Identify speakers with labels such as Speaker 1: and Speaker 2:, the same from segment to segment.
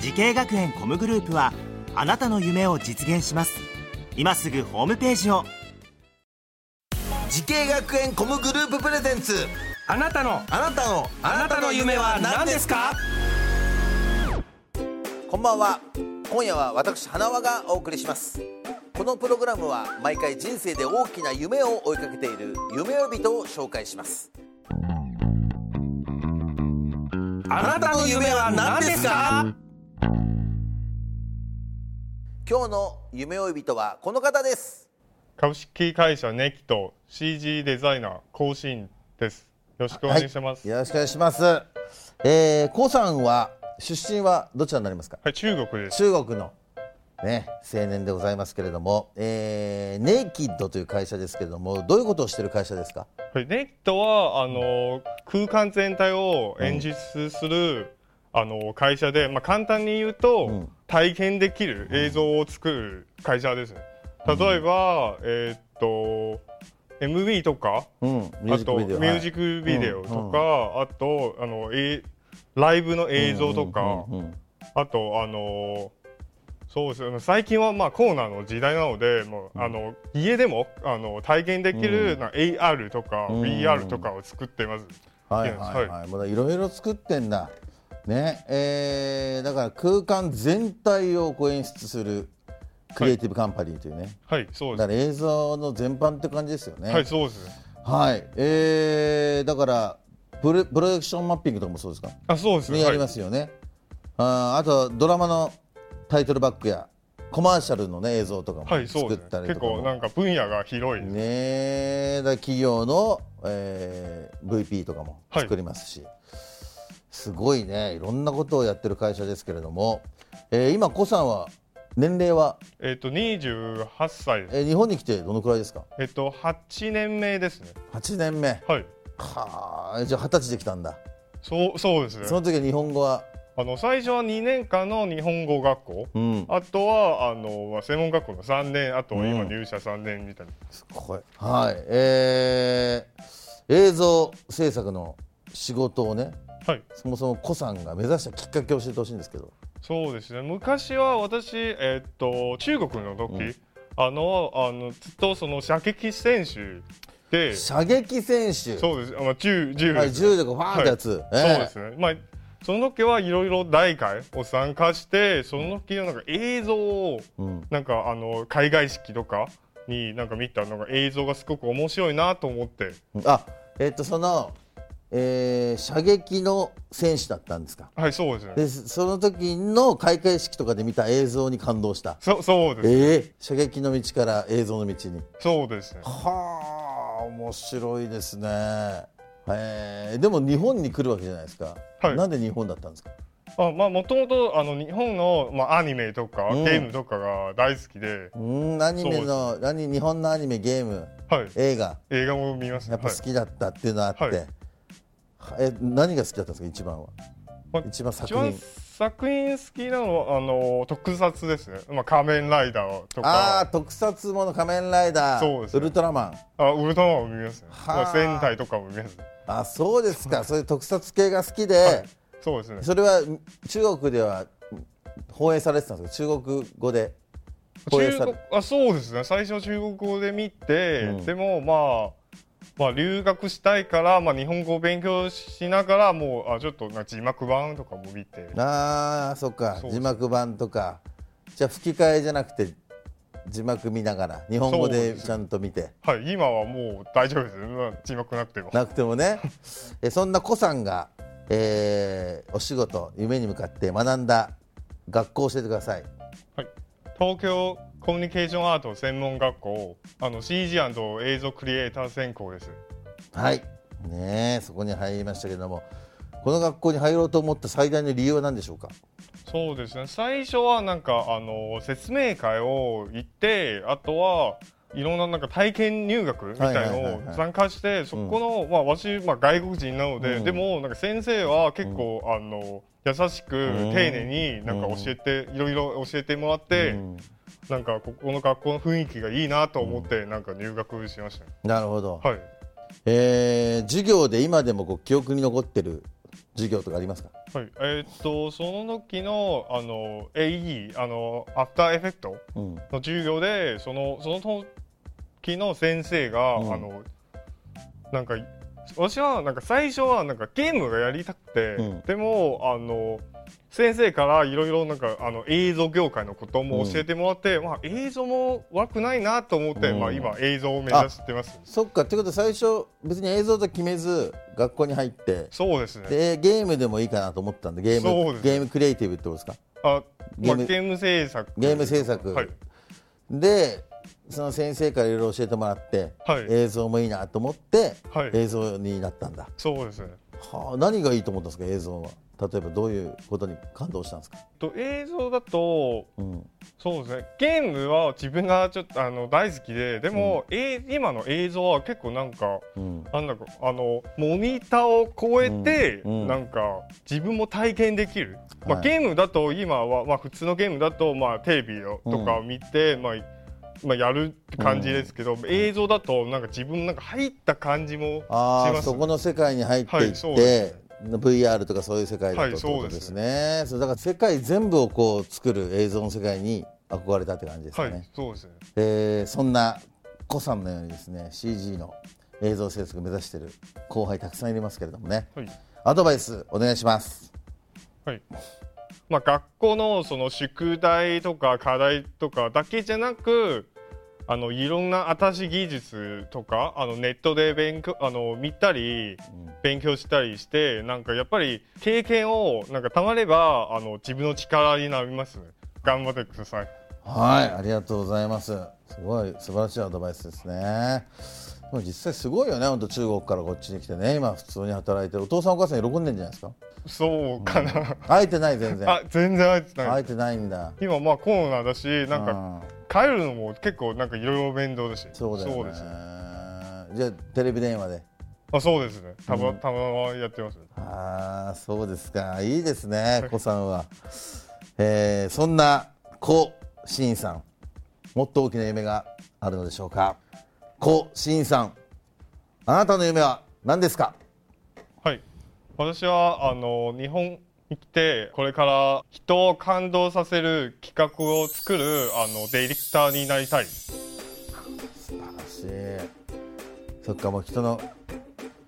Speaker 1: 時系学園コムグループはあなたの夢を実現します今すぐホームページを
Speaker 2: 時系学園コムグループプレゼンツ
Speaker 3: あなたの
Speaker 2: あなたの
Speaker 3: あなたの夢は何ですか
Speaker 2: こんばんは今夜は私花輪がお送りしますこのプログラムは毎回人生で大きな夢を追いかけている夢呼人を紹介します
Speaker 3: あなたの夢は何ですか
Speaker 2: 今日の夢追い人はこの方です
Speaker 4: 株式会社ネキと CG デザイナー更新です。よろしくお願いします。はい、
Speaker 2: よろしくお願いしますえー、こうさんは出身はどちらになりますか
Speaker 4: 中国です。
Speaker 2: 中国のね青年でございますけれども、えー、ネイキッドという会社ですけれどもどういうことをしている会社ですか
Speaker 4: はいネキとはあの空間全体を演出する、あの会社で、まあ簡単に言うと、
Speaker 2: ん
Speaker 4: 体験できる映像を作る会社です。例えば、えーっと MV とか、
Speaker 2: うん
Speaker 4: あとミュージックビデオとか、あとあのえライブの映像とか。
Speaker 2: うんうん
Speaker 4: あとあのーそうですね最近はまあコーナーの時代なのでもう、あの家でもあの体験できる、な AR とか、
Speaker 2: ん
Speaker 4: VR とかを作ってます。
Speaker 2: はいはいはい、
Speaker 4: は
Speaker 2: まだいろいろ作ってんだねえー、だから空間全体をこう演出するクリエイティブカンパニーというね、
Speaker 4: はい、そうで
Speaker 2: だ
Speaker 4: す。
Speaker 2: から映像の全般って感じですよね
Speaker 4: はい、そうです。
Speaker 2: はいえー、だからプロプロジェクションマッピングとかもそうですか
Speaker 4: あ、そうです。
Speaker 2: ね、やりますよね、あーあとドラマのタイトルバックやコマーシャルの、ね、映像とかも
Speaker 4: はい、はい、そう
Speaker 2: 作っ
Speaker 4: です、
Speaker 2: た
Speaker 4: ね。
Speaker 2: り
Speaker 4: 結
Speaker 2: とか
Speaker 4: 構
Speaker 2: も、
Speaker 4: なんか分野が広いです。
Speaker 2: ねえだから企業の、えー VP とかも
Speaker 4: はい
Speaker 2: 作りますし、すごいねいろんなことをやってる会社ですけれども、えー今コさんは年齢は、
Speaker 4: えっ、と28歳です。
Speaker 2: えー日本に来てどのくらいですか
Speaker 4: えっ、と8年目ですね。
Speaker 2: 8年目
Speaker 4: はい。
Speaker 2: はあじゃあ二十歳で来たんだ
Speaker 4: そうそうですね。
Speaker 2: その時は日本語は、
Speaker 4: あの最初は2年間の日本語学校。
Speaker 2: うん、
Speaker 4: あとはあのまあ専門学校の3年あとは今
Speaker 2: うん
Speaker 4: 入社3年みたいな、
Speaker 2: はい、えー、映像制作の仕事をね、
Speaker 4: はい
Speaker 2: そもそもコさんが目指したきっかけを教えてほしいんですけど、
Speaker 4: そうですね昔は私、えーっと中国の時、
Speaker 2: うん
Speaker 4: あのあのずっとその射撃選手で
Speaker 2: 射撃選手、
Speaker 4: そうです、まあ、銃銃
Speaker 2: は
Speaker 4: で
Speaker 2: い、
Speaker 4: す
Speaker 2: 銃でこうファーってやつ、え
Speaker 4: そうですね、まあ、その時はいろいろ大会を参加してその時のなんか映像を
Speaker 2: うん、
Speaker 4: なんかあの海外式とかになんか見たのが映像がすごく面白いなと思って
Speaker 2: あ、えっとその、えー、射撃の選手だったんですか。
Speaker 4: はいそうですね
Speaker 2: で、その時の開会式とかで見た映像に感動した。
Speaker 4: そそうです、
Speaker 2: えー、射撃の道から映像の道に。
Speaker 4: そうですね
Speaker 2: はあ面白いですね、えー、でも日本に来るわけじゃないですか、
Speaker 4: はい
Speaker 2: なんで日本だったんですか
Speaker 4: あまあもともとあの日本の、まあ、アニメとか、
Speaker 2: うん
Speaker 4: ゲームとかが大好きで、
Speaker 2: うーんアニメの何日本のアニメゲーム
Speaker 4: はい、
Speaker 2: 映画
Speaker 4: 映画も見ます
Speaker 2: やっぱ好きだったっていうのはあって、
Speaker 4: はい
Speaker 2: はえ何が好きだったんですか一番は
Speaker 4: はいまあ
Speaker 2: 一番作
Speaker 4: 一
Speaker 2: 品
Speaker 4: 番作品好きなのはあの特撮ですね、まあ、仮面ライダーと
Speaker 2: ああ
Speaker 4: か
Speaker 2: 特撮もの仮面ライダ
Speaker 4: そうで
Speaker 2: ー、
Speaker 4: すね
Speaker 2: ウルトラマン
Speaker 4: あウルトラマンも見ますね、
Speaker 2: はあ
Speaker 4: まあ、戦隊とかも見ますね
Speaker 2: あそうですかそういう特撮系が好きで、
Speaker 4: はいそうですね
Speaker 2: それは中国では放映されてたんですか中国語で放映
Speaker 4: 中
Speaker 2: され
Speaker 4: 国あそうですね最初中国語で見て、
Speaker 2: うん
Speaker 4: でもまあまあ、留学したいから、まあ、日本語を勉強しながらもうあちょっとなんか字幕版とかも見て
Speaker 2: ああそっか
Speaker 4: そうです
Speaker 2: 字幕版とかじゃあ吹き替えじゃなくて字幕見ながら日本語
Speaker 4: そう
Speaker 2: で
Speaker 4: です
Speaker 2: ちゃんと見て
Speaker 4: はい、今はもう大丈夫です。まあ字幕なくても。
Speaker 2: なくてもねえそんなコさんが、えーお仕事夢に向かって学んだ学校を教えてください
Speaker 4: はい、東京コミュニケーションアート専門学校、あの CG& 映像クリエイター専攻です。
Speaker 2: はいねえそこに入りましたけどもこの学校に入ろうと思った最大の理由は何でしょうか
Speaker 4: そうですね最初はなんかあの説明会を行ってあとはいろんななんか体験入学みたい
Speaker 2: はいはいは
Speaker 4: の
Speaker 2: いはい
Speaker 4: を参加してそこの、まあ、私、まあ、外国人なので、
Speaker 2: うん
Speaker 4: でもなんか先生は結構、あの優しく
Speaker 2: ん
Speaker 4: 丁寧になんか教えて、いろいろ教えてもらって、
Speaker 2: うん
Speaker 4: なんかここの学校の雰囲気がいいなと思って、なんか入学しましたね、
Speaker 2: なるほど、
Speaker 4: はい
Speaker 2: えー授業で今でもこう記憶に残ってる授業とかありますか
Speaker 4: はい、えーっとその時のあの AE あのアフターエフェクト
Speaker 2: うん
Speaker 4: の授業でそのその時の先生が、
Speaker 2: うん
Speaker 4: あのなんか私はなんか最初はなんかゲームがやりたくて、
Speaker 2: うん
Speaker 4: でもあの先生からいろいろなんかあの映像業界のことも教えてもらって、まあ映像も悪くないなと思って、
Speaker 2: うん
Speaker 4: まあ今映像を目指してます。
Speaker 2: そっかってことは最初別に映像と決めず学校に入って
Speaker 4: そうですね。
Speaker 2: でゲームでもいいかなと思ったんでゲ
Speaker 4: そう
Speaker 2: ー
Speaker 4: で
Speaker 2: ム
Speaker 4: す
Speaker 2: ゲームクリエイティブってことですか
Speaker 4: あ、
Speaker 2: ゲ
Speaker 4: ま
Speaker 2: ー
Speaker 4: あ、
Speaker 2: ム
Speaker 4: ゲーム制作。
Speaker 2: ゲーム制作
Speaker 4: はい。
Speaker 2: でその先生からいろいろ教えてもらって、
Speaker 4: はい
Speaker 2: 映像もいいなと思って、
Speaker 4: はい
Speaker 2: 映像になったんだ、
Speaker 4: そうですね。
Speaker 2: はあ、何がいいと思ったんですか映像は例えばどういうことに感動したんですか、
Speaker 4: と映像だと
Speaker 2: うん
Speaker 4: そうですねゲームは自分がちょっとあの大好きででも、えー今の映像は結構なんか
Speaker 2: うん、
Speaker 4: なんだかあのモニターを超えて、
Speaker 2: うんうん
Speaker 4: なんか自分も体験できる、まあ、
Speaker 2: はい
Speaker 4: ゲームだと今は、まあ、普通のゲームだと、まあ、テレビをとかを見て、まあまあ、やるって感じですけど、映像だとなんか自分なんか入った感じもし
Speaker 2: あ
Speaker 4: ま
Speaker 2: あ
Speaker 4: す
Speaker 2: そこの世界に入ってい
Speaker 4: はい
Speaker 2: って、
Speaker 4: そうで
Speaker 2: VR とかそういう世界だと、
Speaker 4: はい
Speaker 2: ってこと
Speaker 4: そう
Speaker 2: で
Speaker 4: ですす
Speaker 2: ねそうだから世界全部をこう作る映像の世界に憧れたって感じですか
Speaker 4: は
Speaker 2: ね、
Speaker 4: いそうですね
Speaker 2: えーそんなコさんのようにですね CG の映像制作を目指している後輩たくさんいりますけれどもね、
Speaker 4: はい
Speaker 2: アドバイスお願いします
Speaker 4: はいまあ、学校のその宿題とか課題とかだけじゃなくあのいろんな新しい技術とかあのネットで勉強あの見たり勉強したりしてなんかやっぱり経験をなんかたまればあの自分の力になりますね頑張ってください
Speaker 2: はいありがとうございますすごい素晴らしいアドバイスですねでも実際すごいよね本当中国からこっちに来てね今普通に働いてるお父さんお母さん喜んでんじゃないですか
Speaker 4: そうかな、
Speaker 2: 会えてない全然
Speaker 4: あ全然あいつない、
Speaker 2: 会えてないんだ
Speaker 4: 今まあコロナだしなんか
Speaker 2: うん
Speaker 4: 帰るのも結構なんかいろいろ面倒だし
Speaker 2: そうだよね
Speaker 4: ですね
Speaker 2: じゃあテレビ電話で
Speaker 4: あそうですねたま,、たまやってます
Speaker 2: ああそうですかいいですね子さんは、えーそんな子しんさんもっと大きな夢があるのでしょうか子しんさんあなたの夢は何ですか
Speaker 4: はい。私はあの日本に来てこれから人を感動させる企画を作るあのディレクターになりたい。
Speaker 2: 素晴らしいそっかもう人の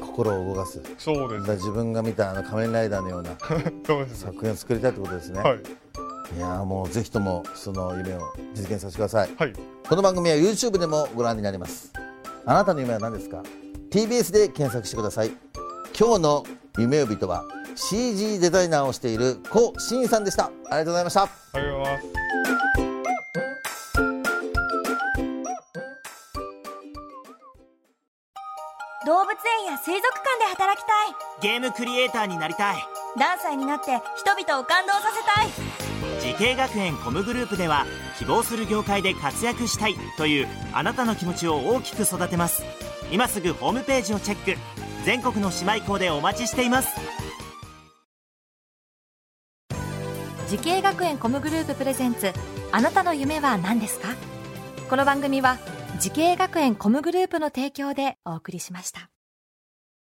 Speaker 2: 心を動かすだ
Speaker 4: そうで
Speaker 2: から自分が見たあの仮面ライダーのような
Speaker 4: す。そうです。
Speaker 2: 作品を作りたいってことですね、
Speaker 4: はい
Speaker 2: い、やーもうぜひともその夢を実現させてください
Speaker 4: はい。
Speaker 2: この番組は YouTube でもご覧になりますあなたの夢は何ですか TBS で検索してください今日の夢呼人は CG デザイナーをしているコシンさんでしたありがとうございました
Speaker 4: ありがとうございます。
Speaker 5: 動物園や水族館で働きたい
Speaker 1: ゲームクリエイターになりたい
Speaker 5: 何歳になって人々を感動させたい
Speaker 1: 時系学園コムグループでは希望する業界で活躍したいというあなたの気持ちを大きく育てます今すぐホームページをチェック全国の姉妹校でお待ちしています
Speaker 6: 時系学園コムグループプレゼンツあなたの夢は何ですかこの番組は時系学園コムグループの提供でお送りしました